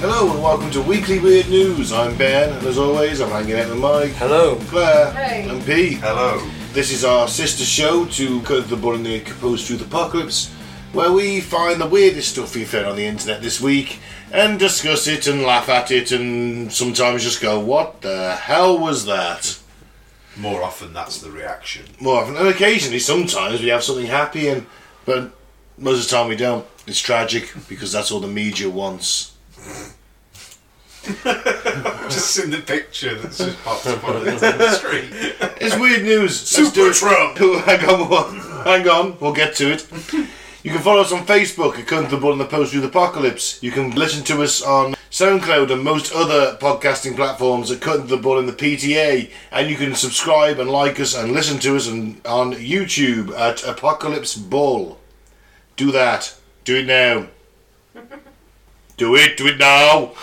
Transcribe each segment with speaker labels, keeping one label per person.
Speaker 1: Hello and welcome to Weekly Weird News. I'm Ben, and as always, I'm hanging out with Mike,
Speaker 2: Hello.
Speaker 1: Claire,
Speaker 3: Hey.
Speaker 1: and Pete.
Speaker 4: Hello.
Speaker 1: This is our sister show to Cut the Bull and the Capos Through the Apocalypse, where we find the weirdest stuff we found on the internet this week and discuss it and laugh at it and sometimes just go, What the hell was that?
Speaker 4: More often, that's the reaction.
Speaker 1: More often, and occasionally, sometimes we have something happy, and but most of the time we don't. It's tragic because that's all the media wants.
Speaker 4: just in the picture that's just popped up on the screen.
Speaker 1: It's weird news.
Speaker 4: Super
Speaker 1: Trump. Hang on, we'll- hang on. We'll get to it. You can follow us on Facebook at Cunt the Bull and the Post Through the Apocalypse. You can listen to us on SoundCloud and most other podcasting platforms at Cunt the Bull and the PTA. And you can subscribe and like us and listen to us on, on YouTube at Apocalypse Bull. Do that. Do it now. do it. Do it now.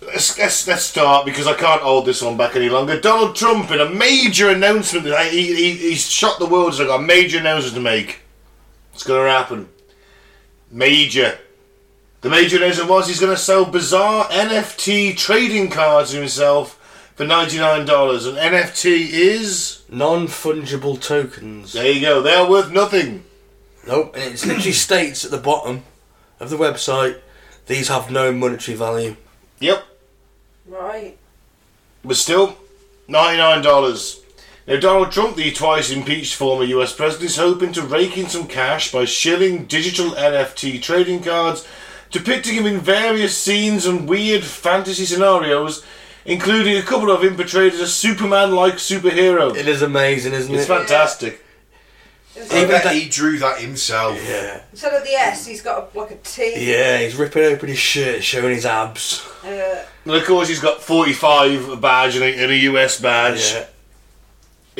Speaker 1: Let's, let's, let's start because I can't hold this one back any longer. Donald Trump in a major announcement. that He, he, he's shot the world. He's got a major announcement to make. It's going to happen. Major. The major announcement was he's going to sell bizarre NFT trading cards to himself for $99. An NFT is.
Speaker 2: Non fungible tokens.
Speaker 1: There you go. They're worth nothing.
Speaker 2: Nope, and it literally states at the bottom of the website these have no monetary value.
Speaker 1: Yep.
Speaker 3: Right.
Speaker 1: But still, $99. Now, Donald Trump, the twice impeached former US president, is hoping to rake in some cash by shilling digital NFT trading cards, depicting him in various scenes and weird fantasy scenarios, including a couple of him portrayed as a Superman like superhero.
Speaker 2: It is amazing, isn't
Speaker 1: It's
Speaker 2: it?
Speaker 1: fantastic.
Speaker 3: It's
Speaker 4: I
Speaker 2: Even
Speaker 3: like-
Speaker 4: bet
Speaker 2: that-
Speaker 4: he drew that himself.
Speaker 2: yeah.
Speaker 3: Instead of the S, he's got a, like a T.
Speaker 2: Yeah, he's ripping open his shirt, showing his abs.
Speaker 3: Uh,
Speaker 1: And of course, he's got 45 a badge and a, and a US badge.
Speaker 2: Yeah.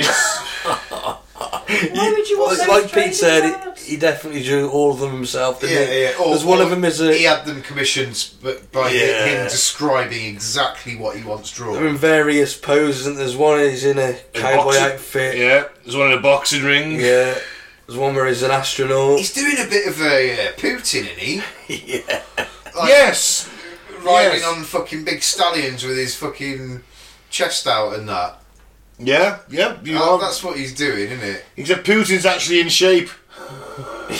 Speaker 1: It's,
Speaker 3: why would you want
Speaker 2: Well,
Speaker 3: those
Speaker 2: like
Speaker 3: trading
Speaker 2: Pete said,
Speaker 3: cards?
Speaker 2: he, he definitely drew all of them himself, didn't
Speaker 4: Yeah,
Speaker 2: he?
Speaker 4: yeah. Or-
Speaker 2: There's one
Speaker 4: or
Speaker 2: of them is a.
Speaker 4: He had them commissioned but by hi-
Speaker 2: Yeah.
Speaker 4: him describing exactly what he wants
Speaker 2: They're
Speaker 4: drawn.
Speaker 2: in various poses, and there's one he's in a cowboy
Speaker 1: boxing-
Speaker 2: outfit.
Speaker 1: yeah, there's one in a boxing ring.
Speaker 2: Yeah. There's one where he's an astronaut.
Speaker 4: He's doing a bit of a uh, Putin, isn't he?
Speaker 2: yeah.
Speaker 4: Like,
Speaker 1: Yes!
Speaker 4: Riding
Speaker 1: yes.
Speaker 4: on fucking big stallions with his fucking chest out and that.
Speaker 1: Yeah, yeah, you
Speaker 2: Oh,
Speaker 4: That-
Speaker 1: are.
Speaker 4: that's what he's doing, isn't it?
Speaker 1: Except Putin's actually in shape.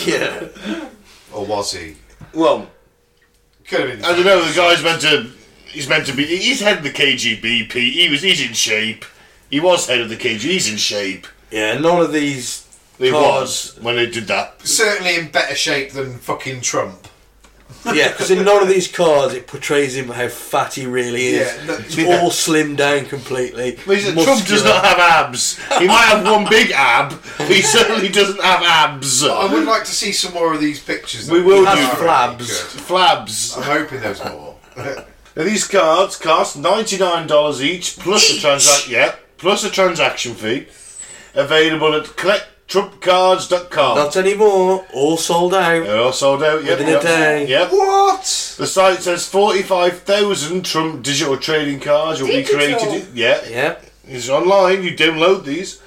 Speaker 2: Yeah.
Speaker 4: Or was he?
Speaker 1: Well,
Speaker 4: Could have been.
Speaker 1: I don't know. The guy's meant to. He's meant to be. He's head of the KGB. Pete. He was. He's in shape. He was head of the KGB. He's in shape.
Speaker 2: Yeah, none of these.
Speaker 1: He
Speaker 2: Cause-
Speaker 1: was when they did that.
Speaker 4: Certainly in better shape than fucking Trump.
Speaker 2: Yeah, because in none of these cars it portrays him how fat he really is.
Speaker 4: Yeah, no-
Speaker 2: It's
Speaker 4: yeah.
Speaker 2: all slimmed down completely.
Speaker 1: But he's- Trump does
Speaker 2: muscular.
Speaker 1: not have abs. He might have one big ab. But he certainly doesn't have abs.
Speaker 4: I would like to see some more of these pictures.
Speaker 1: We
Speaker 4: though.
Speaker 1: will
Speaker 4: That'd
Speaker 1: do.
Speaker 4: be
Speaker 2: Flabs.
Speaker 4: good.
Speaker 1: Flabs.
Speaker 4: I'm hoping there's more.
Speaker 1: Now, these cards cost ninety nine dollars each plus a transaction. Yeah, plus a transaction fee. Available at collecttrumpcards.com.
Speaker 2: Not anymore. All sold out.
Speaker 1: They're all sold out. Yep,
Speaker 2: Within a
Speaker 1: yep,
Speaker 2: day.
Speaker 1: Yep.
Speaker 4: what?
Speaker 1: The site says 45,000 Trump digital trading cards will be
Speaker 3: Digital?
Speaker 1: created. Yeah,
Speaker 2: Yeah.
Speaker 1: it's online, you download these.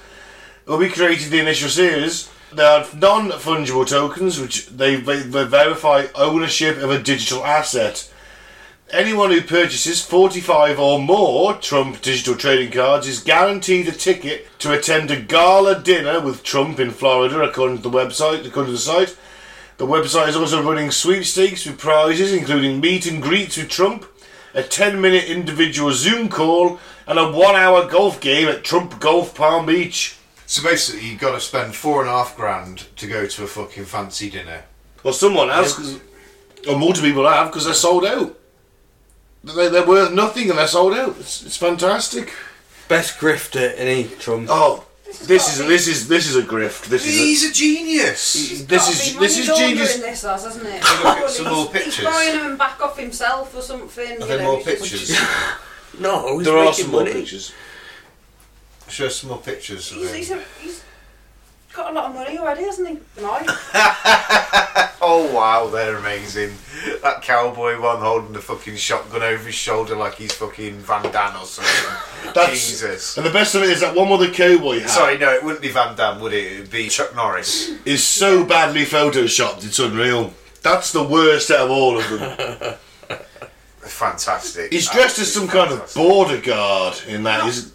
Speaker 1: Will be created the initial series. They are non fungible tokens, which they, they, they verify ownership of a digital asset. Anyone who purchases 45 or more Trump digital trading cards is guaranteed a ticket to attend a gala dinner with Trump in Florida, according to the website. According to the site, the website is also running sweepstakes with prizes, including meet and greets with Trump, a 10 minute individual Zoom call, and a one hour golf game at Trump Golf Palm Beach.
Speaker 4: So basically, you've got to spend four and a half grand to go to a fucking fancy dinner.
Speaker 1: Well, someone has, 'cause- or multiple people have, because they're sold out. They, they're worth nothing and they're sold out. It's, it's fantastic.
Speaker 2: Best grifter in E. Trump.
Speaker 1: Oh,
Speaker 3: has
Speaker 1: this is
Speaker 3: gotta be-
Speaker 1: this is this is a grift. This is
Speaker 4: He's a genius.
Speaker 1: a, this
Speaker 3: Gotta
Speaker 1: is
Speaker 3: be
Speaker 1: this
Speaker 3: money
Speaker 1: is
Speaker 3: laundering
Speaker 1: genius.
Speaker 3: This has, hasn't it?
Speaker 4: look at some
Speaker 3: He's-
Speaker 4: more
Speaker 3: He's
Speaker 4: pictures.
Speaker 3: buying them back off himself or something.
Speaker 4: Are
Speaker 3: you
Speaker 4: there
Speaker 3: know,
Speaker 4: more
Speaker 3: which is- which
Speaker 4: pictures?
Speaker 3: is-
Speaker 2: No, he's
Speaker 1: There are
Speaker 2: making
Speaker 1: some more
Speaker 2: money.
Speaker 1: pictures.
Speaker 4: Show us some more pictures of
Speaker 3: He's, he's,
Speaker 4: him.
Speaker 3: a, he's got a lot of money already, hasn't he? Mike?
Speaker 4: Oh wow, they're amazing. That cowboy one holding the fucking shotgun over his shoulder like he's fucking Van Damme or something.
Speaker 1: That's-
Speaker 4: Jesus.
Speaker 1: And the best of it is that one with the cowboy hat
Speaker 4: Sorry, no, it wouldn't be Van Damme, would it? It would be Chuck Norris.
Speaker 1: is so badly photoshopped. It's unreal. That's the worst out of all of them.
Speaker 4: fantastic.
Speaker 1: He's dressed as some kind of
Speaker 4: Absolutely
Speaker 1: border guard in that. He's,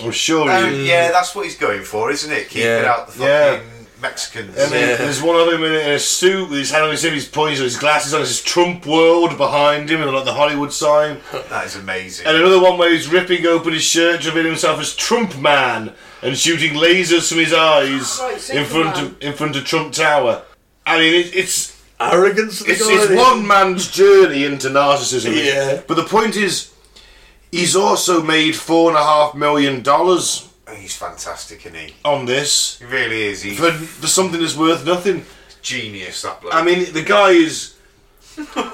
Speaker 1: I'm sure he.
Speaker 4: fantastic. Um, yeah, that's what he's going for, isn't it? Keeping
Speaker 2: Yeah.
Speaker 4: out the fucking
Speaker 1: Yeah.
Speaker 4: Mexicans.
Speaker 1: And then
Speaker 2: Yeah.
Speaker 1: there's one other him in a- in a suit with his hand on his hip, his points, his glasses on, his Trump world behind him, and like the Hollywood sign.
Speaker 4: that is amazing.
Speaker 1: And another one where he's ripping open his shirt, revealing himself as Trump Man, and shooting lasers from his eyes
Speaker 3: Right,
Speaker 1: in front of
Speaker 3: Superman.
Speaker 1: in front of Trump Tower. I mean, it, it's
Speaker 2: Arrogance. of the
Speaker 1: it's,
Speaker 2: guy,
Speaker 1: it's
Speaker 2: isn't it?
Speaker 1: one man's journey into narcissism.
Speaker 2: Yeah.
Speaker 1: But the point is, he's also made four and a half million dollars
Speaker 4: he's fantastic, isn't he?
Speaker 1: on this
Speaker 4: He really is. He's
Speaker 1: for, for something that's worth nothing.
Speaker 4: genius, that bloke.
Speaker 1: I mean, the guy is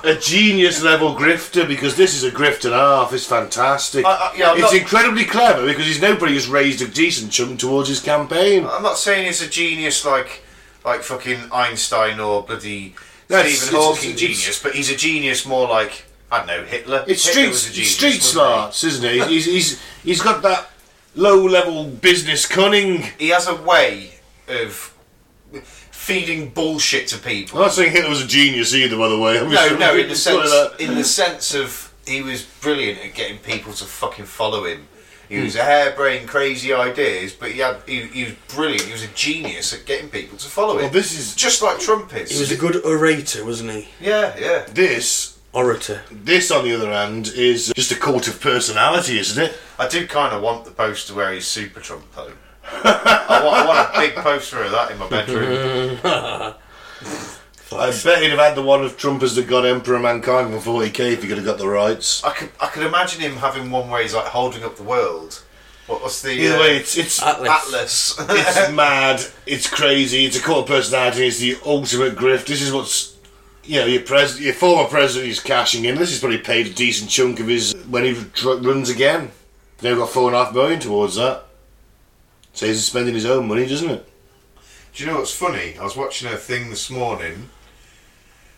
Speaker 1: a genius level grifter because this is a grift and a half. It's fantastic.
Speaker 4: I- I- yeah, I'm
Speaker 1: it's
Speaker 4: not-
Speaker 1: incredibly clever because he's nobody has raised a decent chunk towards his campaign.
Speaker 4: I'm not saying he's a genius like like fucking Einstein or bloody
Speaker 1: That's-
Speaker 4: Stephen
Speaker 1: it's-
Speaker 4: Hawking
Speaker 1: it's- it's-
Speaker 4: genius, but he's a genius more like I don't know Hitler.
Speaker 1: It's
Speaker 4: Hitler
Speaker 1: street
Speaker 4: was a genius,
Speaker 1: street
Speaker 4: wasn't he?
Speaker 1: smarts, isn't it? He's, he's he's he's got that low level business cunning.
Speaker 4: He has a way of feeding bullshit to people.
Speaker 1: I'm not saying Hitler was a genius either, by the way. I'm
Speaker 4: No, no, in the
Speaker 1: just sort of
Speaker 4: sense
Speaker 1: that.
Speaker 4: in the sense of he was brilliant at getting people to fucking follow him. He was a harebrained, crazy ideas, but he had he, he was brilliant. He was a genius at getting people to follow him.
Speaker 1: Well, this is
Speaker 4: just like Trump is.
Speaker 2: He was a good orator, wasn't he?
Speaker 4: yeah, yeah.
Speaker 1: this.
Speaker 2: Orator.
Speaker 1: This, on the other hand, is just a cult of personality, isn't it?
Speaker 4: I do kind of want the poster where he's super Trump though. I, want, I want a big poster of that in my bedroom.
Speaker 1: I bet he'd have had the one of Trump as the God Emperor of Mankind for 40k if he could have got the rights.
Speaker 4: I could I could imagine him having one where he's like holding up the world. What was the
Speaker 1: Either
Speaker 4: uh,
Speaker 1: way, it's it's
Speaker 2: Atlas.
Speaker 4: Atlas?
Speaker 1: it's mad, it's crazy, it's a cult of personality, it's the ultimate grift. This is what's you know your pres your former president is cashing in. This is probably paid a decent chunk of his when he dr- runs again. They've got four and a half million towards that. So he's spending his own money, doesn't it?
Speaker 4: Do you know what's funny? I was watching a thing this morning.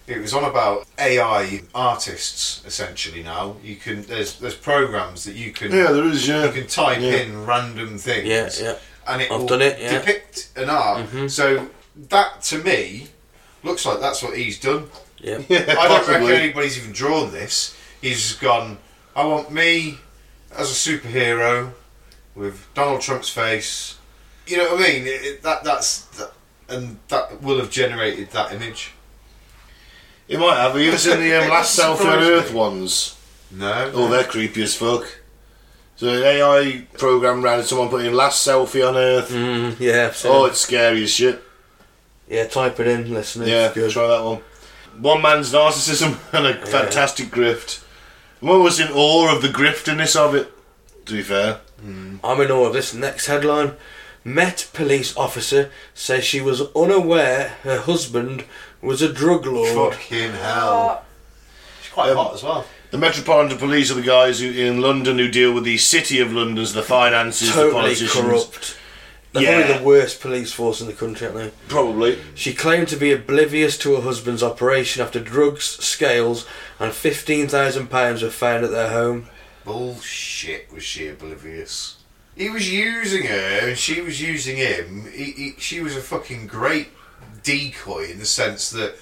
Speaker 4: It was on about AI artists essentially. Now you can there's there's programs that you can
Speaker 1: Yeah, there is. Yeah,
Speaker 4: you can type
Speaker 1: Yeah.
Speaker 4: in random things.
Speaker 2: Yeah, yeah.
Speaker 4: And it
Speaker 2: I've
Speaker 4: will
Speaker 2: done it, yeah. Mm-hmm.
Speaker 4: depict an art. So that to me looks like that's what he's done.
Speaker 2: Yeah.
Speaker 4: I don't reckon
Speaker 1: Possibly.
Speaker 4: anybody's even drawn this. He's just gone. I want me as a superhero with Donald Trump's face. You know what I mean? It, it- that that's that, and that will have generated that image.
Speaker 1: It might have. Have you ever seen the um,
Speaker 4: It
Speaker 1: last
Speaker 4: surprised
Speaker 1: selfie on
Speaker 4: me.
Speaker 1: Earth ones?
Speaker 4: No.
Speaker 1: Oh, they're creepy as fuck. So an AI program ran someone putting last selfie on Earth.
Speaker 2: Mm, yeah. I've seen
Speaker 1: Oh,
Speaker 2: it.
Speaker 1: it's scary as shit.
Speaker 2: yeah. Type it in, listen.
Speaker 1: yeah,
Speaker 2: It's good.
Speaker 1: try that one. One man's narcissism and a fantastic grift. I'm always in awe of the griftiness of it. To be fair,
Speaker 2: I'm in awe of this next headline. Met police officer says she was unaware her husband was a drug lord.
Speaker 4: Fucking
Speaker 3: Oh,
Speaker 4: hell! Um, It's quite hot as well.
Speaker 1: the Metropolitan Police are the guys who in London who deal with the City of London's, the finances, the
Speaker 2: Totally
Speaker 1: politicians.
Speaker 2: corrupt. They're
Speaker 1: Yeah.
Speaker 2: probably the worst police force in the country, aren't they?
Speaker 1: Probably.
Speaker 2: She claimed to be oblivious to her husband's operation after drugs, scales, and fifteen thousand pounds were found at their home.
Speaker 4: Bullshit. Was she oblivious? He was using her, and she was using him. He, he, she was a fucking great decoy in the sense that,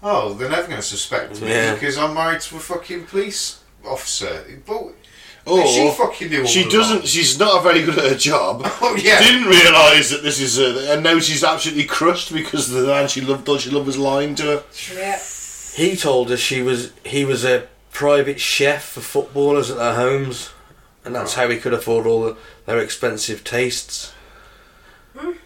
Speaker 4: oh, they're never going to suspect me
Speaker 2: Yeah.
Speaker 4: because I'm married to a fucking police officer. But
Speaker 1: Or
Speaker 4: she fucking knew. All
Speaker 1: She
Speaker 4: along.
Speaker 1: doesn't. She's not very good at her job.
Speaker 4: Oh, yeah.
Speaker 1: Didn't realise that this is. A, and now she's absolutely crushed because the man she loved, thought she loved, was lying to her.
Speaker 3: yeah.
Speaker 2: He told us she was he was a private chef for footballers at their homes, and that's how he could afford all the, their expensive tastes. But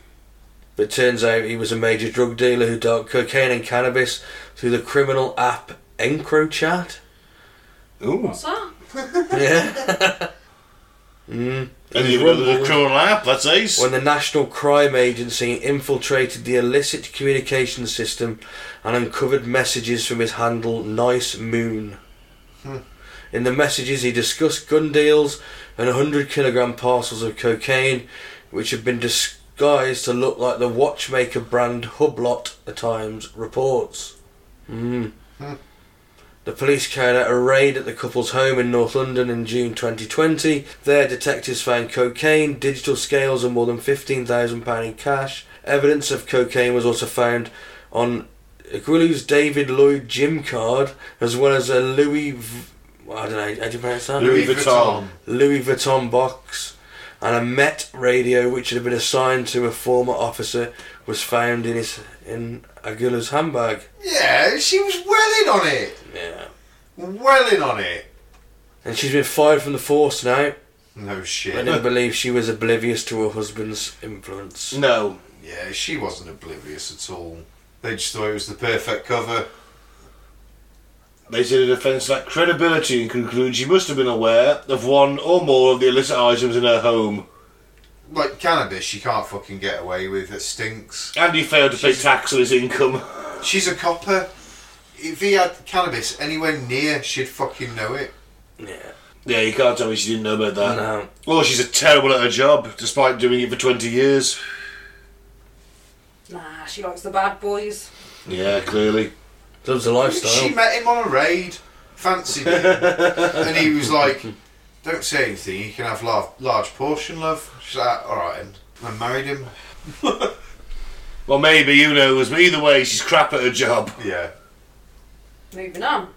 Speaker 2: it turns out he was a major drug dealer who dealt cocaine and cannabis through the criminal app EncroChat.
Speaker 1: Ooh.
Speaker 3: What's that?
Speaker 2: Yeah.
Speaker 1: And you know, the criminal app. That's ace.
Speaker 2: when the National Crime Agency infiltrated the illicit communication system and uncovered messages from his handle Nice Moon. In the messages, he discussed gun deals and 100 kilogram parcels of cocaine, which had been disguised to look like the watchmaker brand Hublot, the Times reports. Mm. The police carried out a raid at the couple's home in North London in June 2020. There, detectives found cocaine, digital scales, and more than £15,000 in cash. Evidence of cocaine was also found on Aguilu's David Lloyd Jim card, as well as a Louis v- well, I don't know, how do you pronounce that?
Speaker 1: Louis Vuitton.
Speaker 2: Louis Vuitton box, and a Met radio which had been assigned to a former officer was found in his in Agula's handbag.
Speaker 4: Yeah, she was well in on it.
Speaker 2: Yeah.
Speaker 4: Well in on it.
Speaker 2: And she's been fired from the force now.
Speaker 4: No
Speaker 2: I
Speaker 4: shit.
Speaker 2: didn't believe she was oblivious to her husband's influence.
Speaker 1: No.
Speaker 4: Yeah, she wasn't oblivious at all. They just thought it was the perfect cover.
Speaker 1: They said in defence that credibility and conclude she must have been aware of one or more of the illicit items in her home.
Speaker 4: Like cannabis, she can't fucking get away with. It stinks.
Speaker 1: And he failed to pay tax on his income.
Speaker 4: She's a copper. If he had cannabis anywhere near, she'd fucking know it.
Speaker 2: Yeah. um,
Speaker 1: Yeah, you can't tell me she didn't know about that.
Speaker 2: No.
Speaker 1: Well, she's a terrible at her job, despite doing it for 20 years.
Speaker 3: Nah, she likes the bad boys.
Speaker 1: Yeah, clearly.
Speaker 2: Loves the lifestyle.
Speaker 4: She met him on a raid, fancied him, and he was like, "Don't say anything. You can have large, large portion, love." She's like, "All right," and I married him.
Speaker 1: Well, maybe, who knows? But either way, she's crap at her job.
Speaker 4: Yeah.
Speaker 3: Moving on.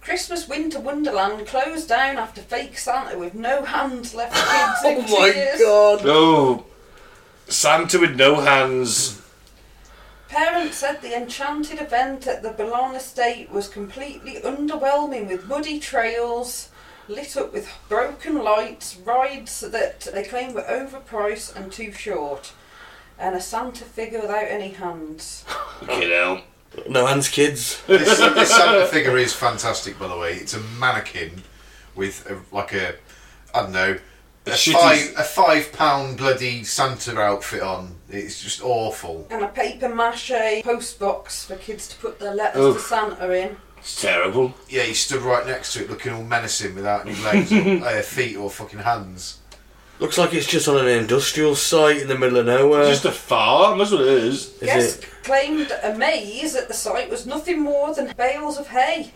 Speaker 3: Christmas Winter Wonderland closed down after fake Santa with no hands left the kids in
Speaker 2: oh my
Speaker 3: tears.
Speaker 2: god!
Speaker 1: Oh. Santa with no hands.
Speaker 3: Parents said the enchanted event at the Boulogne estate was completely underwhelming with muddy trails, lit up with broken lights, rides that they claim were overpriced and too short, and a Santa figure without any hands.
Speaker 1: Fucking hell.
Speaker 2: No hands, kids.
Speaker 4: this, this Santa figure is fantastic, by the way. It's a mannequin with a, like a I don't know a,
Speaker 1: shitty-
Speaker 4: five a five pound bloody Santa outfit on. It's just awful.
Speaker 3: And a paper mache post box for kids to put their letters to
Speaker 1: Oof.
Speaker 3: Santa in.
Speaker 1: It's terrible.
Speaker 4: Yeah, he stood right next to it, looking all menacing without any legs, or, uh, feet, or fucking hands.
Speaker 2: Looks like it's just on an industrial site in the middle of nowhere.
Speaker 1: Just a farm, that's what it is.
Speaker 2: Is
Speaker 3: Guests
Speaker 2: it?
Speaker 3: claimed a maze at the site was nothing more than bales of hay.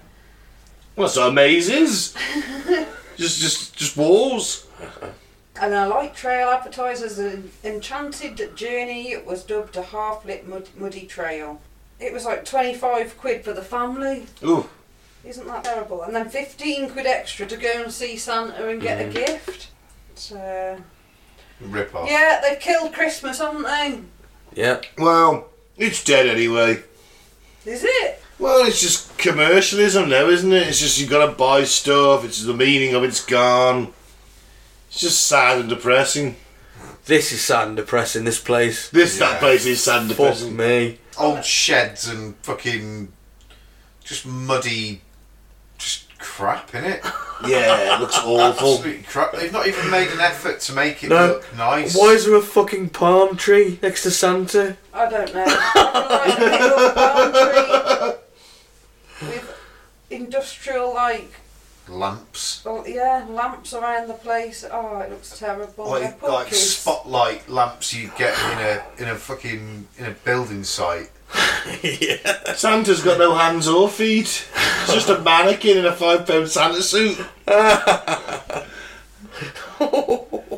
Speaker 1: Well, that's what a maze is. just, just, just walls.
Speaker 3: And a light trail advertised an enchanted journey It was dubbed a half lit mud- muddy trail. It was like 25 quid for the family.
Speaker 1: Ooh.
Speaker 3: Isn't that terrible? And then 15 quid extra to go and see Santa and
Speaker 4: Mm.
Speaker 3: get a gift. So,
Speaker 4: Rip off.
Speaker 3: yeah, they've killed Christmas, haven't they?
Speaker 2: Yeah.
Speaker 1: Well, it's dead anyway.
Speaker 3: Is it?
Speaker 1: Well, it's just commercialism now, isn't it? It's just you got to buy stuff. It's the meaning of it's gone. It's just sad and depressing.
Speaker 2: This is sad and depressing, this place.
Speaker 1: This
Speaker 4: Yeah.
Speaker 1: that place is sad and
Speaker 2: Fuck
Speaker 1: depressing.
Speaker 2: me.
Speaker 4: Old sheds and fucking just muddy, just crap in it.
Speaker 1: Yeah, it looks awful.
Speaker 4: Absolute crap. They've not even made an effort to make it
Speaker 2: No.
Speaker 4: look nice.
Speaker 2: Why is there a fucking palm tree next to Santa?
Speaker 3: I don't know. I don't like a big old palm tree with industrial, like,
Speaker 4: lamps?
Speaker 3: oh, yeah, lamps around the place. Oh, it looks terrible. They're
Speaker 4: like,
Speaker 3: poor
Speaker 4: like
Speaker 3: kids.
Speaker 4: spotlight lamps you get in a in a fucking in a building site.
Speaker 2: yeah.
Speaker 1: Santa's got no hands or feet. It's just a mannequin in a five pound Santa suit.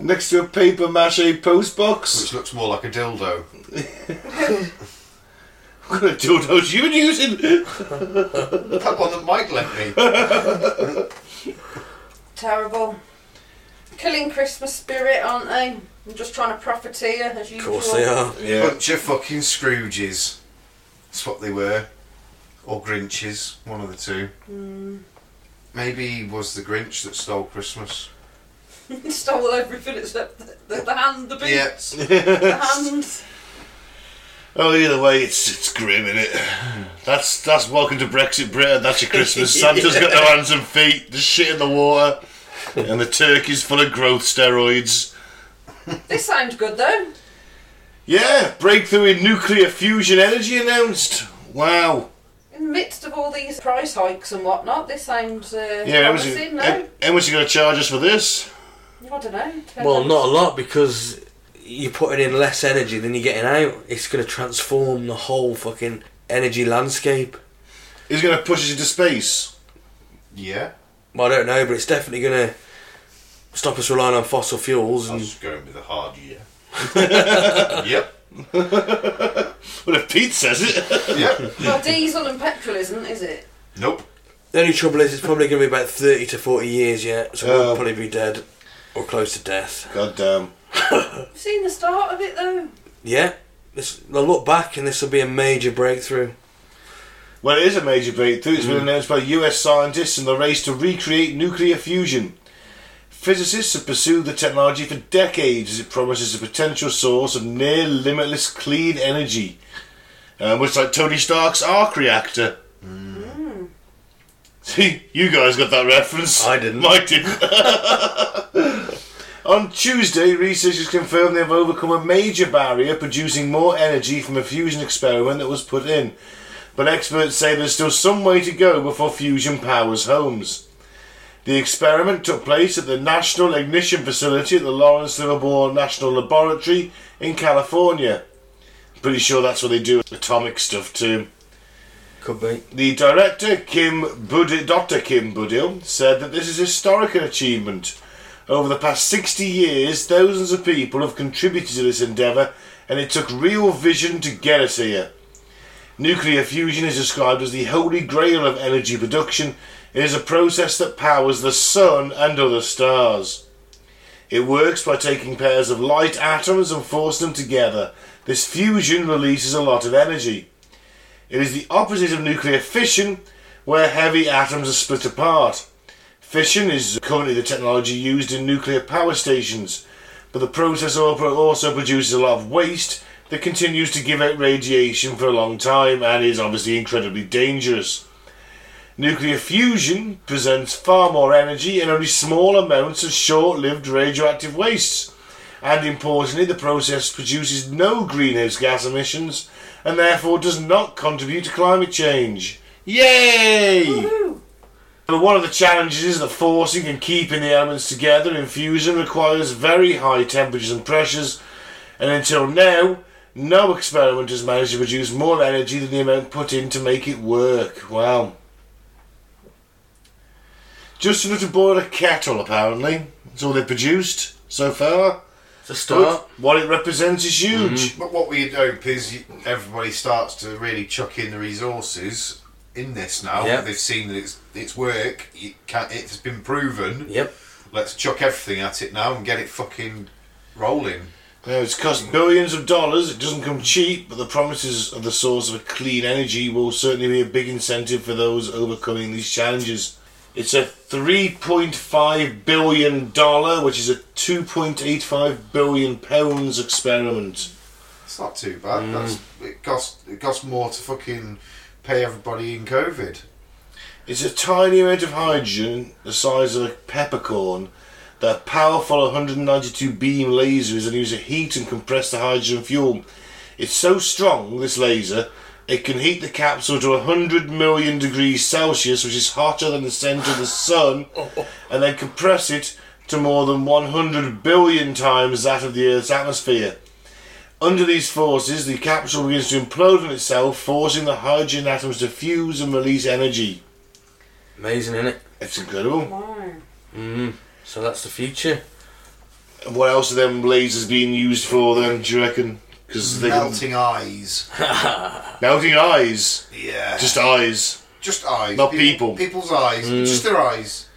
Speaker 1: Next to a paper mache post box.
Speaker 4: Which looks more like a dildo.
Speaker 1: What kind of dildos you using?
Speaker 4: That one that Mike lent me.
Speaker 3: Terrible. Killing Christmas spirit, aren't they? I'm just trying to profiteer as
Speaker 2: Of
Speaker 3: usual.
Speaker 2: course they are.
Speaker 1: Yeah.
Speaker 4: Bunch of fucking Scrooges. That's what they were. Or Grinches, one of the two. Maybe he was the Grinch that stole Christmas.
Speaker 3: Stole everything except the, the, the hand, the beak,
Speaker 4: Yeah.
Speaker 3: the hands.
Speaker 1: Oh, either way, it's it's grim, is it? That's that's welcome to Brexit Britain. That's your Christmas. Santa's got no hands and feet. The shit in the water, and the turkey's full of growth steroids.
Speaker 3: This sounds good though.
Speaker 1: Yeah, breakthrough in nuclear fusion energy announced. Wow.
Speaker 3: In the midst of all these price hikes and whatnot, this sounds uh,
Speaker 1: Yeah, how much
Speaker 3: promising,
Speaker 1: you-
Speaker 3: no?
Speaker 1: how how much you going to charge us for this?
Speaker 3: I don't know.
Speaker 2: Well, not a lot because you're putting in less energy than you're getting out. It's going to transform the whole fucking energy landscape.
Speaker 1: He's going to push us into space.
Speaker 4: Yeah.
Speaker 2: Well, I don't know, but it's definitely going to stop us relying on fossil fuels.
Speaker 4: I was
Speaker 2: And
Speaker 4: just going with a hard year. yep.
Speaker 1: Well, if Pete says it,
Speaker 4: Yep.
Speaker 3: Well, diesel and petrol isn't, is it?
Speaker 4: Nope.
Speaker 2: The only trouble is, it's probably going to be about 30 to 40 years yet, so
Speaker 1: Oh.
Speaker 2: we'll probably be dead or close to death.
Speaker 1: God damn.
Speaker 3: I've seen the start of it though.
Speaker 2: Yeah, this, they'll look back and this will be a major breakthrough.
Speaker 1: Well, it is a major breakthrough. It's been announced by US scientists in the race to recreate nuclear fusion. Physicists have pursued the technology for decades as it promises a potential source of near limitless clean energy, uh, much like Tony Stark's arc reactor. See, you guys got that reference.
Speaker 2: I didn't.
Speaker 1: Mike didn't. On Tuesday, researchers confirmed they have overcome a major barrier producing more energy from a fusion experiment that was put in but experts say there's still some way to go before fusion powers homes. The experiment took place at the National Ignition Facility at the Lawrence Livermore National Laboratory in California. Pretty sure that's where they do atomic stuff too.
Speaker 2: Could be.
Speaker 1: The director, Kim Budi- Dr. Kim Budil, said that this is a historic achievement. Over the past 60 years, thousands of people have contributed to this endeavour, and it took real vision to get us here. Nuclear fusion is described as the holy grail of energy production. It is a process that powers the sun and other stars. It works by taking pairs of light atoms and forcing them together. This fusion releases a lot of energy. It is the opposite of nuclear fission, where heavy atoms are split apart. Fission is currently the technology used in nuclear power stations, but the process al- also produces a lot of waste that continues to give out radiation for a long time and is obviously incredibly dangerous. Nuclear fusion presents far more energy and only small amounts of short lived radioactive wastes. And importantly, the process produces no greenhouse gas emissions and therefore does not contribute to climate change. Yay!
Speaker 3: Woo!
Speaker 1: But one of the challenges is that forcing and keeping the elements together in fusion requires very high temperatures and pressures, and until now, no experiment has managed to produce more energy than the amount put in to make it work. Wow. Just enough to boil a kettle, apparently. That's all they produced so far.
Speaker 2: It's a start.
Speaker 1: What it represents is huge.
Speaker 4: But what we hope is you- everybody starts to really chuck in the resources in this now.
Speaker 2: Yeah.
Speaker 4: They've seen that it's it's work. It can, it's been proven.
Speaker 2: Yep.
Speaker 4: Let's chuck everything at it now and get it fucking rolling.
Speaker 1: Yeah, it's cost billions of dollars. It doesn't come cheap, but the promises of the source of clean energy will certainly be a big incentive for those overcoming these challenges. It's a $3.5 billion, which is a £2.85 billion pounds experiment.
Speaker 4: It's not too bad.
Speaker 1: Mm.
Speaker 4: That's, it cost it cost more to fucking pay everybody in COVID.
Speaker 1: It's a tiny amount of hydrogen, the size of a peppercorn. The powerful 192 beam laser is going to use a heat and compress the hydrogen fuel. It's so strong, this laser, it can heat the capsule to 100 million degrees Celsius, which is hotter than the centre of the sun, and then compress it to more than 100 billion times that of the Earth's atmosphere. Under these forces, the capsule begins to implode on itself, forcing the hydrogen atoms to fuse and release energy.
Speaker 2: Amazing, innit?
Speaker 1: It's incredible.
Speaker 3: Wow.
Speaker 2: Mm. So that's the future.
Speaker 1: And What else are them lasers being used for then, do you reckon? Because they can-
Speaker 4: Melting eyes.
Speaker 1: melting eyes.
Speaker 4: Yeah.
Speaker 1: Just eyes.
Speaker 4: just eyes.
Speaker 1: not people. Mm.
Speaker 4: People's eyes. Just their eyes.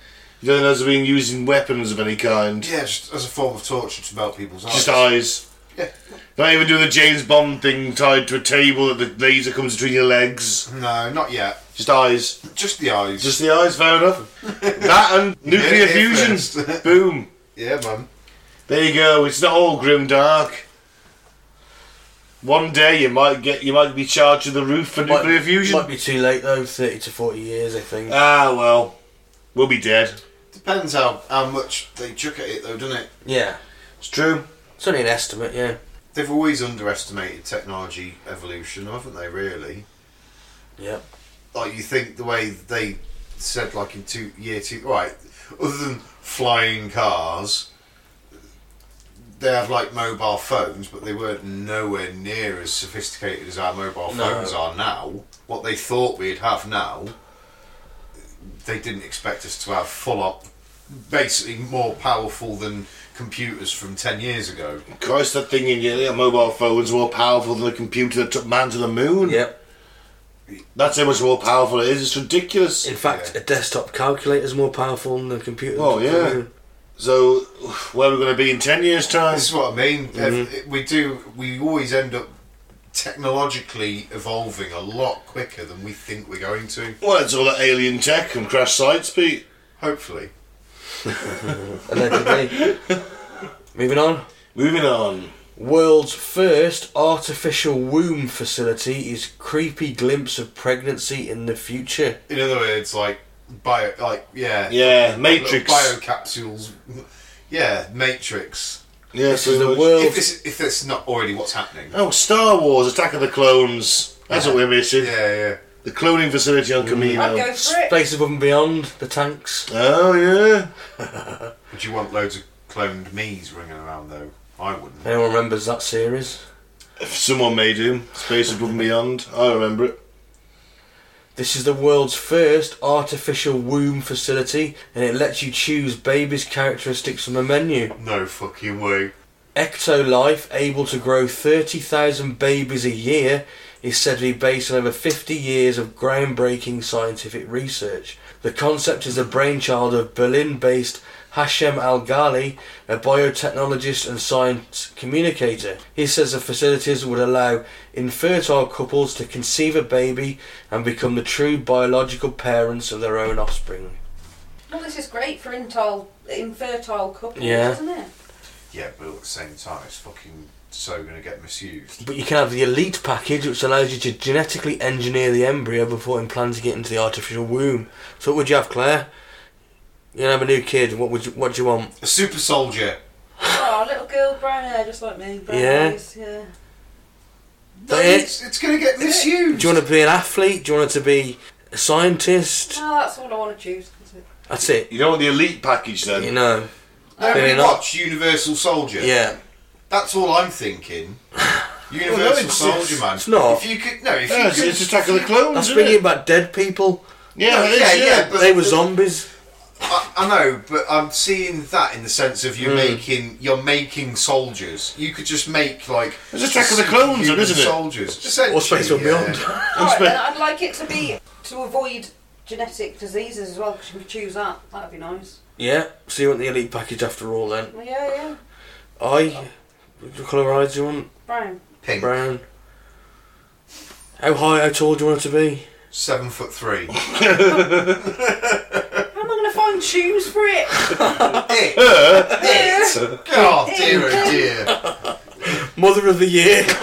Speaker 1: You don't know those are being used in weapons of any kind.
Speaker 4: Yeah, just as a form of torture to melt people's eyes.
Speaker 1: Just eyes.
Speaker 4: Yeah.
Speaker 1: Don't even do the James Bond thing tied to a table that the laser comes between your legs.
Speaker 4: No, not yet.
Speaker 1: Just eyes.
Speaker 4: Just the eyes.
Speaker 1: Just the eyes, fair enough. that and nuclear
Speaker 4: it here
Speaker 1: fusion.
Speaker 4: first.
Speaker 1: Boom.
Speaker 4: yeah, man.
Speaker 1: There you go. It's not all grim dark. One day you might get you might be charged with the roof for nuclear
Speaker 2: might,
Speaker 1: fusion.
Speaker 2: Might be too late though. 30 to 40 years, I think.
Speaker 1: Ah well, we'll be dead.
Speaker 4: Depends how, how much they chuck at it, though, doesn't it?
Speaker 2: yeah.
Speaker 1: It's true.
Speaker 2: It's only an estimate. Yeah.
Speaker 4: They've always underestimated technology evolution, haven't they? Really?
Speaker 2: Yep.
Speaker 4: Like you think the way they said, like in two year two, right? Other than flying cars, they have like mobile phones, but they weren't nowhere near as sophisticated as our mobile
Speaker 2: No.
Speaker 4: phones are now. What they thought we'd have now, they didn't expect us to have full up, basically more powerful than computers from ten years ago.
Speaker 1: Christ, that thing in your your mobile phone's more powerful than a computer that took man to the moon.
Speaker 2: Yep.
Speaker 1: That's how much more powerful it is. It's ridiculous.
Speaker 2: In fact,
Speaker 4: Yeah.
Speaker 2: a desktop calculator is more powerful than a computer.
Speaker 1: Oh, yeah. So, where are we going to be in 10 years' time?
Speaker 4: This is what I mean. If- We do. We always end up technologically evolving a lot quicker than we think we're going to.
Speaker 1: Well, it's all that alien tech and crash sites, Pete.
Speaker 4: Hopefully.
Speaker 2: Allegedly. Moving on.
Speaker 1: Moving on.
Speaker 2: World's first artificial womb facility is creepy glimpse of pregnancy in the future.
Speaker 4: In other words, like bio, like yeah,
Speaker 1: Yeah,
Speaker 4: little
Speaker 1: Matrix.
Speaker 4: biocapsules. Yeah, Matrix.
Speaker 1: Yeah,
Speaker 2: This
Speaker 1: so
Speaker 2: is the
Speaker 1: much-
Speaker 2: world.
Speaker 4: If this, if that's not already what's happening.
Speaker 1: Oh, Star Wars, Attack of the Clones. That's what we're missing.
Speaker 4: Yeah, yeah.
Speaker 1: The cloning facility on Camino.
Speaker 3: I'd go for it.
Speaker 2: Space above and beyond the tanks.
Speaker 1: Oh, yeah.
Speaker 4: Would you want loads of cloned me's running around though? I wouldn't.
Speaker 2: Anyone remembers that series?
Speaker 1: If someone may do. Space Above and Beyond. I remember it.
Speaker 2: This is the world's first artificial womb facility, and it lets you choose baby's characteristics from a menu.
Speaker 4: No fucking way.
Speaker 2: Ectolife, able to grow 30,000 babies a year, is said to be based on over 50 years of groundbreaking scientific research. The concept is the brainchild of Berlin based Hashem Al Ghali, a biotechnologist and science communicator. He says the facilities would allow infertile couples to conceive a baby and become the true biological parents of their own offspring.
Speaker 3: Well, this is great for intel, infertile couples,
Speaker 2: Yeah.
Speaker 3: isn't it?
Speaker 4: Yeah, but at the same time, it's fucking so gonna get misused.
Speaker 2: But you can have the elite package, which allows you to genetically engineer the embryo before implanting it into the artificial womb. So, what would you have, Claire? You have a new kid. What would you, What do you want?
Speaker 4: A super soldier.
Speaker 3: Oh, a little girl, brown hair, just like me. Brown
Speaker 2: Yeah.
Speaker 3: eyes, yeah.
Speaker 4: No,
Speaker 2: That it?
Speaker 4: it's, it's gonna get misused.
Speaker 2: Do you want to be an athlete? Do you want to be a scientist?
Speaker 3: No, that's all I want to choose. Is it?
Speaker 2: That's it.
Speaker 1: You don't want the elite package then?
Speaker 2: You know.
Speaker 4: Nobody
Speaker 2: Fair enough.
Speaker 4: watch Universal Soldier.
Speaker 2: Yeah.
Speaker 4: That's all I'm thinking. Universal
Speaker 1: Well, no, it's-
Speaker 4: Soldier
Speaker 1: it's-
Speaker 4: Man.
Speaker 2: it's not.
Speaker 4: If you could, no, if
Speaker 1: Yeah,
Speaker 4: you
Speaker 1: it's,
Speaker 4: could,
Speaker 1: it's Attack of the Clones.
Speaker 2: That's
Speaker 1: isn't
Speaker 2: bringing
Speaker 1: it?
Speaker 2: back dead people.
Speaker 1: Yeah, it is,
Speaker 4: Yeah,
Speaker 1: yeah,
Speaker 4: yeah, but-
Speaker 2: They were zombies.
Speaker 4: I, I know, but I'm seeing that in the sense of you're
Speaker 1: Hmm.
Speaker 4: making you're making soldiers. You could just make like
Speaker 1: It's Attack of the Clones,
Speaker 4: superhuman
Speaker 1: isn't it?
Speaker 4: Soldiers.
Speaker 2: Or Space
Speaker 4: Essentially, yeah.
Speaker 2: Beyond.
Speaker 3: All right,
Speaker 1: spe-
Speaker 3: then I'd like it to be to avoid genetic diseases as well, because you can choose that. That'd be nice.
Speaker 2: yeah. So you want the elite package after all then?
Speaker 3: Well, yeah, yeah.
Speaker 2: I. What colour eyes do you want?
Speaker 3: Brown.
Speaker 4: Pink.
Speaker 2: Brown. How high? How tall do you want it to be?
Speaker 4: Seven foot three.
Speaker 3: How am I going to find shoes for it?
Speaker 4: it.
Speaker 3: Yeah.
Speaker 4: Oh dear, oh dear.
Speaker 2: Mother of the Year.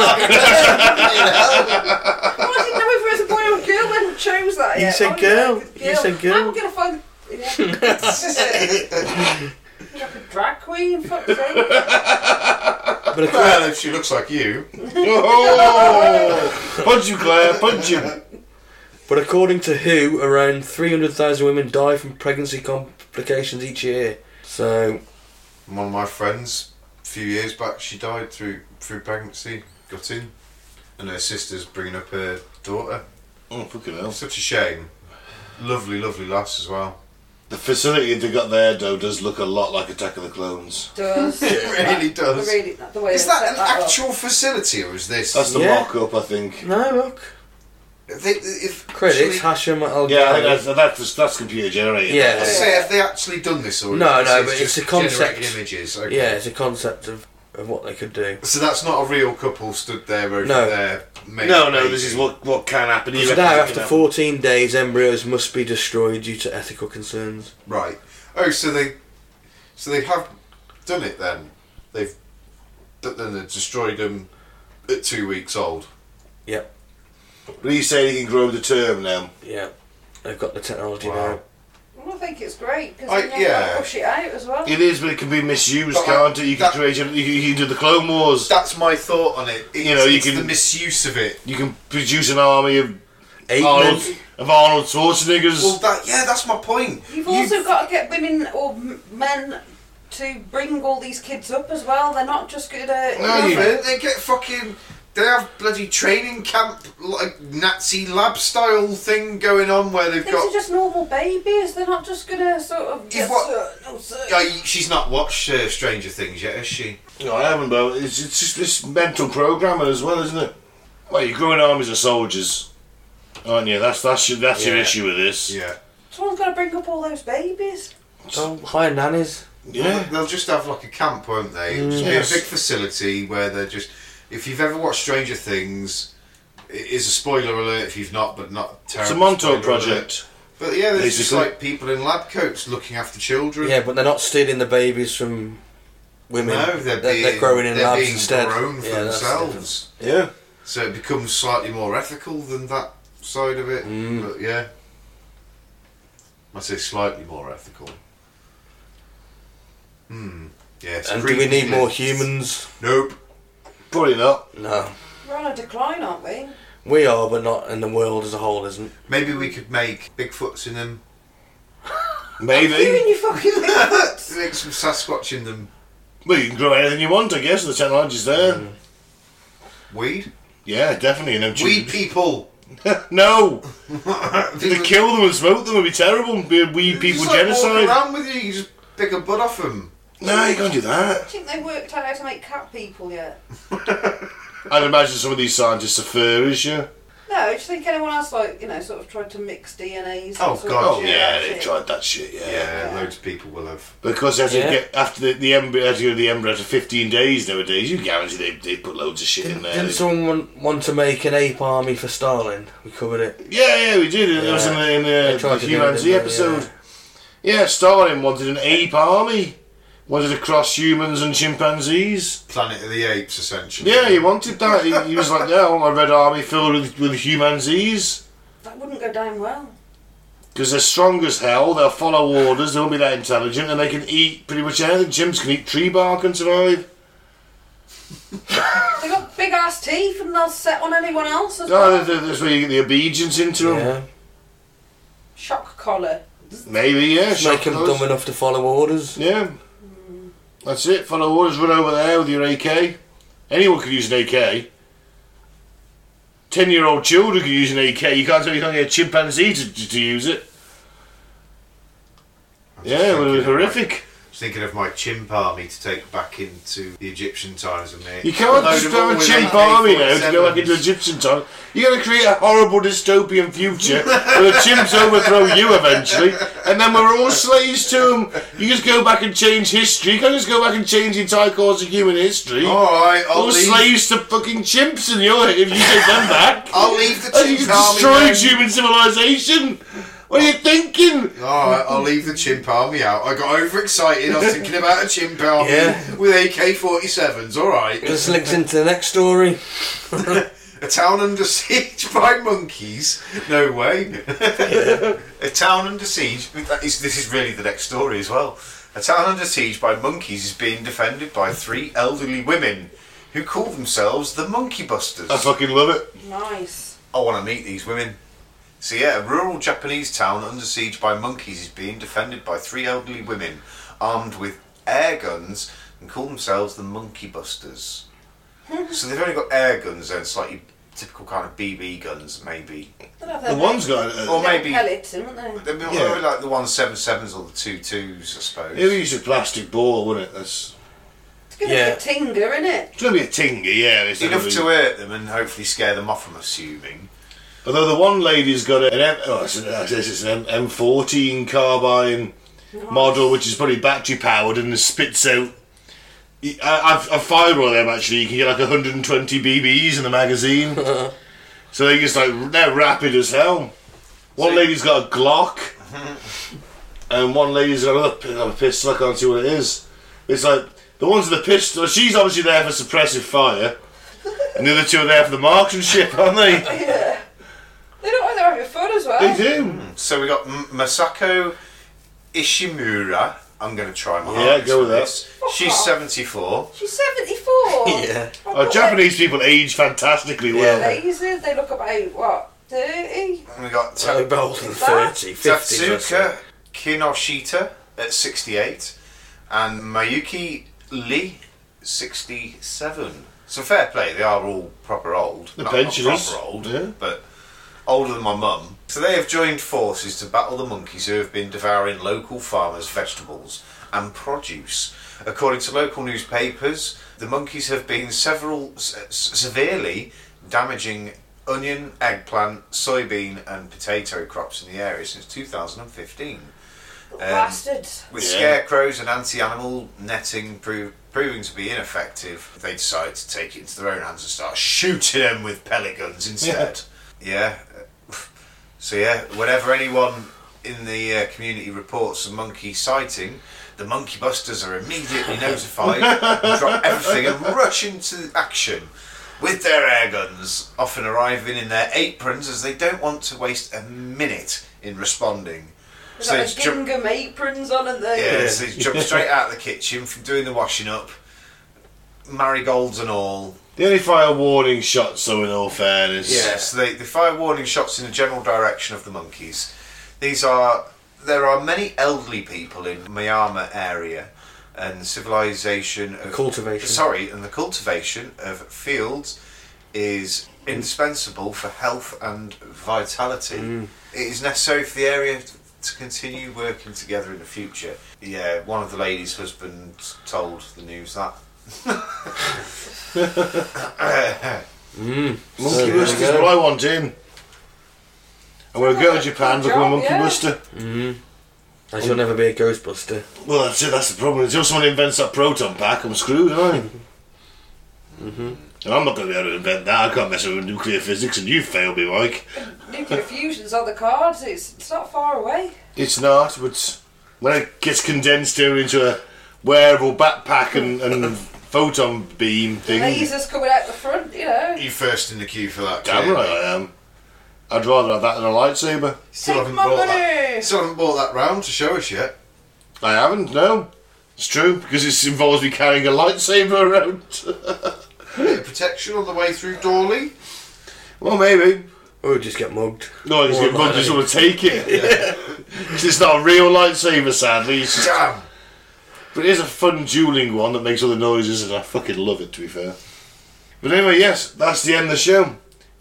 Speaker 3: Well, I didn't know if it was a boy or a girl when I chose that.
Speaker 2: You
Speaker 3: yet.
Speaker 2: said
Speaker 3: Oh, yeah,
Speaker 2: girl.
Speaker 3: it's
Speaker 2: You said girl.
Speaker 3: How am I going to find. Yeah. like a drag queen, fuck's sake.
Speaker 2: but of course,
Speaker 4: well, if she looks like you,
Speaker 1: Oh! punch you, Claire, punch you.
Speaker 2: But according to WHO, around 300,000 women die from pregnancy complications each year. So,
Speaker 4: one of my friends, a few years back, she died through through pregnancy, gutting, and her sister's bringing up her daughter.
Speaker 1: Oh, fucking hell.
Speaker 4: Such a shame. Lovely, lovely lass as well.
Speaker 1: The facility they got there, though, does look a lot like Attack of the Clones.
Speaker 3: Does.
Speaker 4: really does.
Speaker 3: Really, the way
Speaker 4: Is
Speaker 3: they
Speaker 4: that
Speaker 3: set
Speaker 4: an
Speaker 3: up.
Speaker 4: actual facility or is this?
Speaker 1: That's the
Speaker 2: Yeah.
Speaker 1: mock up, I think.
Speaker 2: no, look.
Speaker 4: They- if-
Speaker 2: Credits,
Speaker 4: actually-
Speaker 2: Hashem Al
Speaker 1: Yeah, I think that's, that's, just- that's computer generated.
Speaker 2: Yeah.
Speaker 4: I'd say, have they actually done this or
Speaker 2: No,
Speaker 4: is
Speaker 2: no,
Speaker 4: it
Speaker 2: but
Speaker 4: just
Speaker 2: it's a concept.
Speaker 4: generated images. Okay.
Speaker 2: Yeah, it's a concept of, of what they could do.
Speaker 4: So that's not a real couple stood there over
Speaker 2: No.
Speaker 4: there. ma-
Speaker 1: No, no, this is
Speaker 4: mating.
Speaker 1: what what can happen. You
Speaker 2: So
Speaker 1: reckon
Speaker 2: now,
Speaker 1: it
Speaker 2: after
Speaker 1: can
Speaker 2: 14 days, embryos must be destroyed due to ethical concerns.
Speaker 4: Right. Oh, so they, so they have done it then. They've, but then they destroyed them at two weeks old.
Speaker 2: Yep,
Speaker 1: happen. But he's saying he can grow the term now.
Speaker 2: yeah. They've got the technology
Speaker 4: Wow.
Speaker 2: now.
Speaker 3: Well, I think it's great because
Speaker 4: I-
Speaker 3: you know,
Speaker 4: yeah.
Speaker 3: yeah. push it out as well.
Speaker 1: It is, but it can be misused,
Speaker 4: But I-
Speaker 1: can't it? You can
Speaker 4: that-
Speaker 1: create, a- you, you can do the Clone Wars.
Speaker 4: That's my thought on it. It's,
Speaker 1: You know, you
Speaker 4: it's
Speaker 1: can-
Speaker 4: the misuse of it.
Speaker 1: You can produce an army of
Speaker 2: Eight
Speaker 4: Oh,
Speaker 1: Arnold,
Speaker 2: men-
Speaker 1: of Arnold Schwarzeneggers.
Speaker 4: Well, that yeah, that's my point.
Speaker 3: You've
Speaker 4: You-
Speaker 3: also got to get women or m- men to bring all these kids up as well. They're not just good at.
Speaker 4: No,
Speaker 1: you-
Speaker 4: you They get fucking. They have bloody training camp, like Nazi lab style thing going on where they've
Speaker 3: These are
Speaker 4: got.
Speaker 3: just normal babies. They're not just gonna sort of.
Speaker 4: Yeah,
Speaker 3: Get
Speaker 4: what-
Speaker 3: certain- oh, certain-
Speaker 4: Uh, she's not watched uh, Stranger Things yet, has she?
Speaker 1: No, I haven't, but it's, it's just this mental programming as well, isn't it? Well, you're growing armies of soldiers. aren't you? That's that's your, that's your
Speaker 2: Yeah.
Speaker 1: issue with this.
Speaker 4: Yeah.
Speaker 3: Someone's got to bring up all those babies.
Speaker 2: Don't hire Oh, nannies.
Speaker 1: Yeah.
Speaker 4: They'll just have like a camp, won't they? It'll just
Speaker 1: Yes.
Speaker 4: be a big facility where they're just. If you've ever watched Stranger Things, it is a spoiler alert if you've not, but not
Speaker 1: It's a
Speaker 4: terrible.
Speaker 1: Montauk
Speaker 4: spoiler alert.
Speaker 1: project.
Speaker 4: But yeah, there's just
Speaker 1: Basically.
Speaker 4: like people in lab coats looking after children.
Speaker 2: Yeah, but they're not stealing the babies from women.
Speaker 4: No, they're,
Speaker 2: they're,
Speaker 4: being,
Speaker 2: they're growing in
Speaker 4: they're
Speaker 2: labs
Speaker 4: being
Speaker 2: instead.
Speaker 4: grown for
Speaker 2: Yeah, that's the
Speaker 4: themselves.
Speaker 1: Yeah.
Speaker 4: So it becomes slightly more ethical than that side of it.
Speaker 2: Mm.
Speaker 4: But yeah. I say slightly more ethical. Hmm. Yeah. it's
Speaker 2: And do we
Speaker 4: creepy,
Speaker 2: need
Speaker 4: isn't it?
Speaker 2: more humans?
Speaker 4: Nope.
Speaker 1: Probably not.
Speaker 2: No.
Speaker 3: We're on a decline, aren't we?
Speaker 2: We are, but not in the world as a whole, isn't.
Speaker 4: Maybe we could make Bigfoots in them.
Speaker 3: You
Speaker 1: Maybe.
Speaker 3: and your fucking Bigfoots.
Speaker 4: Make some Sasquatch in them.
Speaker 1: Well, you can grow anything you want, I guess. The technology's there.
Speaker 4: Weed? Yeah.
Speaker 1: Yeah, definitely. No
Speaker 4: Weed
Speaker 1: tubes.
Speaker 4: people!
Speaker 1: no, they
Speaker 4: People-
Speaker 1: kill them and smoke them. It'd be terrible. It'd be a weed people
Speaker 4: just, like, walk
Speaker 1: genocide.
Speaker 4: around with you, you just pick a bud off them.
Speaker 1: no, you can't do that.
Speaker 3: I think they worked out how to make cat people yet.
Speaker 1: I'd imagine some of these scientists are furries, yeah.
Speaker 3: No, do you think anyone else like you know sort of tried to mix DNAs?
Speaker 4: Oh,
Speaker 3: sort of
Speaker 4: God,
Speaker 1: Oh
Speaker 3: shit?
Speaker 1: yeah,
Speaker 4: yeah,
Speaker 1: they
Speaker 3: Shit.
Speaker 1: tried that shit, yeah.
Speaker 4: Yeah,
Speaker 3: Yeah.
Speaker 4: loads of people will have.
Speaker 1: Because after
Speaker 2: Yeah.
Speaker 1: you get after the, the embryo, after you go to the embryo after fifteen days nowadays, you guarantee they they put loads of shit
Speaker 2: Didn't,
Speaker 1: in there.
Speaker 2: didn't
Speaker 1: They-
Speaker 2: someone want, want to make an ape army for Stalin? We covered it.
Speaker 1: Yeah, yeah, we did. It was in
Speaker 2: Yeah.
Speaker 1: the, in
Speaker 2: They
Speaker 1: the,
Speaker 2: tried
Speaker 1: the
Speaker 2: to do
Speaker 1: Human
Speaker 2: it,
Speaker 1: Z
Speaker 2: didn't they?
Speaker 1: episode. Yeah. Stalin wanted an ape army. Wanted to cross humans and chimpanzees.
Speaker 4: Planet of the Apes, essentially.
Speaker 1: Yeah, he wanted that. He, he was like, "Yeah, I want a red army filled with with humanzees
Speaker 3: That wouldn't go down well.
Speaker 1: because they're strong as hell. They'll follow orders. They won't be that intelligent, and they can eat pretty much anything. Chimps can eat tree bark and survive.
Speaker 3: They got big ass teeth and they'll set on anyone else as
Speaker 1: Oh,
Speaker 3: well.
Speaker 1: that- that- that's where you get the obedience into them.
Speaker 2: Yeah.
Speaker 3: Shock collar.
Speaker 1: Maybe, yeah.
Speaker 2: Just
Speaker 1: shock
Speaker 2: Make them
Speaker 1: those.
Speaker 2: dumb enough to follow orders.
Speaker 1: Yeah. That's it. Follow orders. Run over there with your AK. Anyone could use an AK. Ten-year-old children could use an AK. You can't tell you can't get a chimpanzee to, to, to use it.
Speaker 4: I'm just
Speaker 1: Yeah, it would be
Speaker 4: thinking of my-
Speaker 1: horrific.
Speaker 4: just thinking of my chimp army to take back into the Egyptian times with me.
Speaker 1: You can't
Speaker 4: Load
Speaker 1: just
Speaker 4: them all
Speaker 1: have a
Speaker 4: with
Speaker 1: chimp army now
Speaker 4: AK-47s.
Speaker 1: to go back into Egyptian time. You're going to create a horrible dystopian future where the chimps overthrow you eventually, and then we're all slaves to them. You just go back and change history. You can't just go back and change the entire course of human history.
Speaker 4: All right, I'll
Speaker 1: All
Speaker 4: leave.
Speaker 1: slaves to fucking chimps in your if you take them back.
Speaker 4: I'll leave the
Speaker 1: And you
Speaker 4: chimp
Speaker 1: just
Speaker 4: Oh, army.
Speaker 1: destroyed human civilization. What are you thinking?
Speaker 4: All right, I'll leave the chimp army out. I got overexcited. I was thinking about a chimp army
Speaker 2: Yeah.
Speaker 4: with AK-47s. All right,
Speaker 2: This links into the next story.
Speaker 4: a town under siege by monkeys. No way. a town under siege. That is, this is really the next story as well. A town under siege by monkeys is being defended by three elderly women who call themselves the Monkey Busters.
Speaker 1: I fucking love it.
Speaker 3: Nice.
Speaker 4: I want to meet these women. So yeah, a rural Japanese town under siege by monkeys is being defended by three elderly women armed with air guns and call themselves the Monkey Busters. so they've only got air guns then, slightly typical kind of BB guns maybe.
Speaker 3: They'll have
Speaker 1: The
Speaker 3: their
Speaker 1: one's got.
Speaker 4: Or
Speaker 1: Uh,
Speaker 4: maybe
Speaker 3: pellets, haven't they?
Speaker 4: they're more
Speaker 1: Yeah.
Speaker 4: like the one seven sevens or the two twos, I suppose.
Speaker 1: it would use a plastic ball, wouldn't it? That's
Speaker 3: It's gonna
Speaker 2: Yeah.
Speaker 3: be a tinger, isn't it?
Speaker 1: it's gonna be a tingy, yeah. It's
Speaker 4: Enough
Speaker 1: gonna be-
Speaker 4: to hurt them and hopefully scare them off. I'm assuming.
Speaker 1: Although the one lady's got an M, oh, it's an, I guess it's an M, M14 carbine model, which is probably battery powered and it spits out. I, I've, I've fired one of them actually. You can get like 120 BBs in the magazine, so they just like they're rapid as hell. One
Speaker 4: See-
Speaker 1: lady's got a Glock, and one lady's got another, pi- another pistol. I can't see what it is. It's like the ones with the pistol. She's obviously there for suppressive fire, and the other two are there for the marksmanship, aren't they?
Speaker 3: Yeah. They don't. They're having fun as well.
Speaker 1: They do.
Speaker 4: So we got M- Masako Ishimura. I'm going to try my
Speaker 1: Yeah,
Speaker 4: hardest
Speaker 1: go with that.
Speaker 4: this. She's 74.
Speaker 3: She's seventy-four.
Speaker 2: yeah.
Speaker 1: Oh, Japanese people age fantastically well.
Speaker 3: Lazy. They look about what thirty.
Speaker 4: And we got
Speaker 2: So
Speaker 4: Ta-
Speaker 2: about 30, 50.
Speaker 4: Tatsuka Kinoshita at 68 and Mayuki Lee 67. So fair play, they are all proper old.
Speaker 1: The
Speaker 4: Not- not
Speaker 1: pensioners,
Speaker 4: proper old,
Speaker 1: yeah.
Speaker 4: but older than my mum. So they have joined forces to battle the monkeys who have been devouring local farmers' vegetables and produce. According to local newspapers, the monkeys have been several s- s- severely damaging onion, eggplant, soybean, and potato crops in the area since 2015,
Speaker 3: Bastards.
Speaker 4: with
Speaker 1: Yeah.
Speaker 4: scarecrows and anti-animal netting pro- proving to be ineffective. They decided to take it into their own hands and start shooting them with pellet guns instead. Yeah. So yeah, whenever anyone in the uh, community reports a monkey sighting, the monkey busters are immediately notified, and drop everything, and rush into action with their air guns, often arriving in their aprons as they don't want to waste a minute in responding.
Speaker 3: They've
Speaker 4: So
Speaker 3: got
Speaker 4: it's
Speaker 3: the
Speaker 4: jump,
Speaker 3: gingham aprons on and they
Speaker 4: yeah, so they jump straight out of the kitchen from doing the washing up, marigolds and all.
Speaker 1: The only fire warning shots, so in all fairness.
Speaker 4: Yes, they, they fire warning shots in the general direction of the monkeys. These are there are many elderly people in Miyama area, and the civilization of
Speaker 2: Cultivation.
Speaker 4: Sorry, and the cultivation of fields is indispensable for health and vitality. It is necessary for the area to continue working together in the future. Yeah, one of the ladies' husband told the news that.
Speaker 2: So,
Speaker 1: Monkey
Speaker 2: there we
Speaker 1: Buster's
Speaker 2: go.
Speaker 1: what I want in. And when I go to Japan,
Speaker 3: Good
Speaker 1: become a
Speaker 3: job,
Speaker 1: Monkey
Speaker 3: yeah.
Speaker 1: Buster.
Speaker 2: I shall never be a Ghostbuster.
Speaker 1: Well, that's it, that's the problem. Until someone invents that proton pack, I'm screwed, aren't I? Mm-hmm.
Speaker 2: Mm-hmm.
Speaker 1: And I'm not going to be able to invent that. I can't mess with nuclear physics, and you failed me, Mike.
Speaker 3: nuclear fusion's on the cards. It's, it's not far away.
Speaker 1: It's not, but when it gets condensed down into a wearable backpack and, and photon beam thing,
Speaker 3: Lasers coming out the front, you know.
Speaker 4: You first in the queue for that.
Speaker 1: damn right I am. I'd rather have that than a lightsaber.
Speaker 4: Still
Speaker 3: Take
Speaker 4: haven't
Speaker 3: my
Speaker 4: bought
Speaker 3: money.
Speaker 4: that. Still haven't bought that round to show us yet.
Speaker 1: I haven't, no. It's true, because it involves me carrying a lightsaber around.
Speaker 4: Bit of protection on the way through Dawley.
Speaker 1: well, maybe.
Speaker 2: Or Oh, just get mugged.
Speaker 1: No, I just,
Speaker 2: Or
Speaker 1: get- I just
Speaker 2: lightning.
Speaker 1: want to take it. 'Cause it's not a real lightsaber, sadly. It's just-
Speaker 4: Damn.
Speaker 1: but it is a fun dueling one that makes all the noises, and I fucking love it, to be fair. But anyway, yes, that's the end of the show.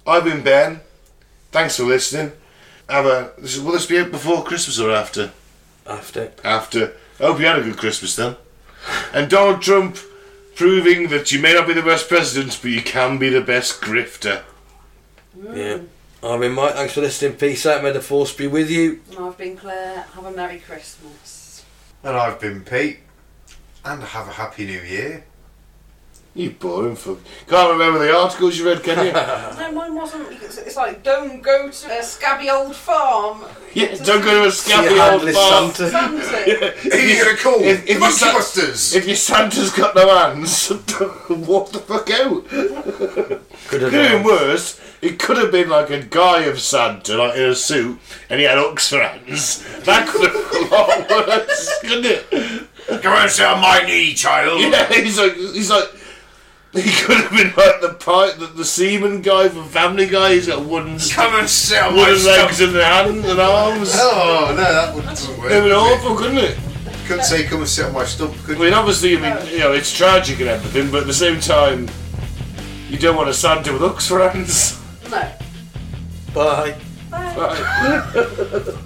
Speaker 1: I've been Ben. Thanks for listening. Have a. This, will this be it before Christmas or after?
Speaker 2: After.
Speaker 1: After. I hope you had a good Christmas then. And Donald Trump proving that you may not be the best president, but you can be the best grifter.
Speaker 2: Yeah. I've been Mike. Thanks for listening. Peace out. May the force be with you.
Speaker 3: And I've been Claire. Have a Merry Christmas.
Speaker 4: And I've been Pete. And have a happy new year.
Speaker 1: You boring fuck. Can't remember the articles you read, can you?
Speaker 3: No, mine wasn't. It's, it's like, don't go to a scabby old farm.
Speaker 1: yeah, don't go to a
Speaker 2: See
Speaker 1: scabby
Speaker 2: you,
Speaker 1: old
Speaker 2: Handless
Speaker 1: farm.
Speaker 2: Santa.
Speaker 3: Santa.
Speaker 4: Who's
Speaker 1: you-
Speaker 4: gonna call?
Speaker 1: if- if
Speaker 4: the
Speaker 1: you
Speaker 4: Monkey
Speaker 1: sa-
Speaker 4: Busters.
Speaker 1: If your Santa's got no hands, walk the fuck out.
Speaker 2: Good
Speaker 1: Could have been
Speaker 2: advice.
Speaker 1: worse. It could have been like a guy of Santa, like in a suit, and he had hooks for hands. That could have been a lot worse, couldn't it?
Speaker 4: Go and sit on my knee, child.
Speaker 1: Yeah, he's like, he's like, he could have been like the pi- the, the seaman guy from Family Guy. He's got wooden,
Speaker 4: Come and sit on my
Speaker 1: wooden legs
Speaker 4: stump.
Speaker 1: and hands and arms.
Speaker 4: Oh no, that wouldn't doesn't work.
Speaker 1: It would have been awful, couldn't it?
Speaker 4: Couldn't say come and sit on my stump. Could
Speaker 1: I mean, obviously, I mean, you know, it's tragic and everything, but at the same time, you don't want a Santa with hooks for hands.
Speaker 3: no.
Speaker 2: Bye.
Speaker 3: Bye.
Speaker 1: Right.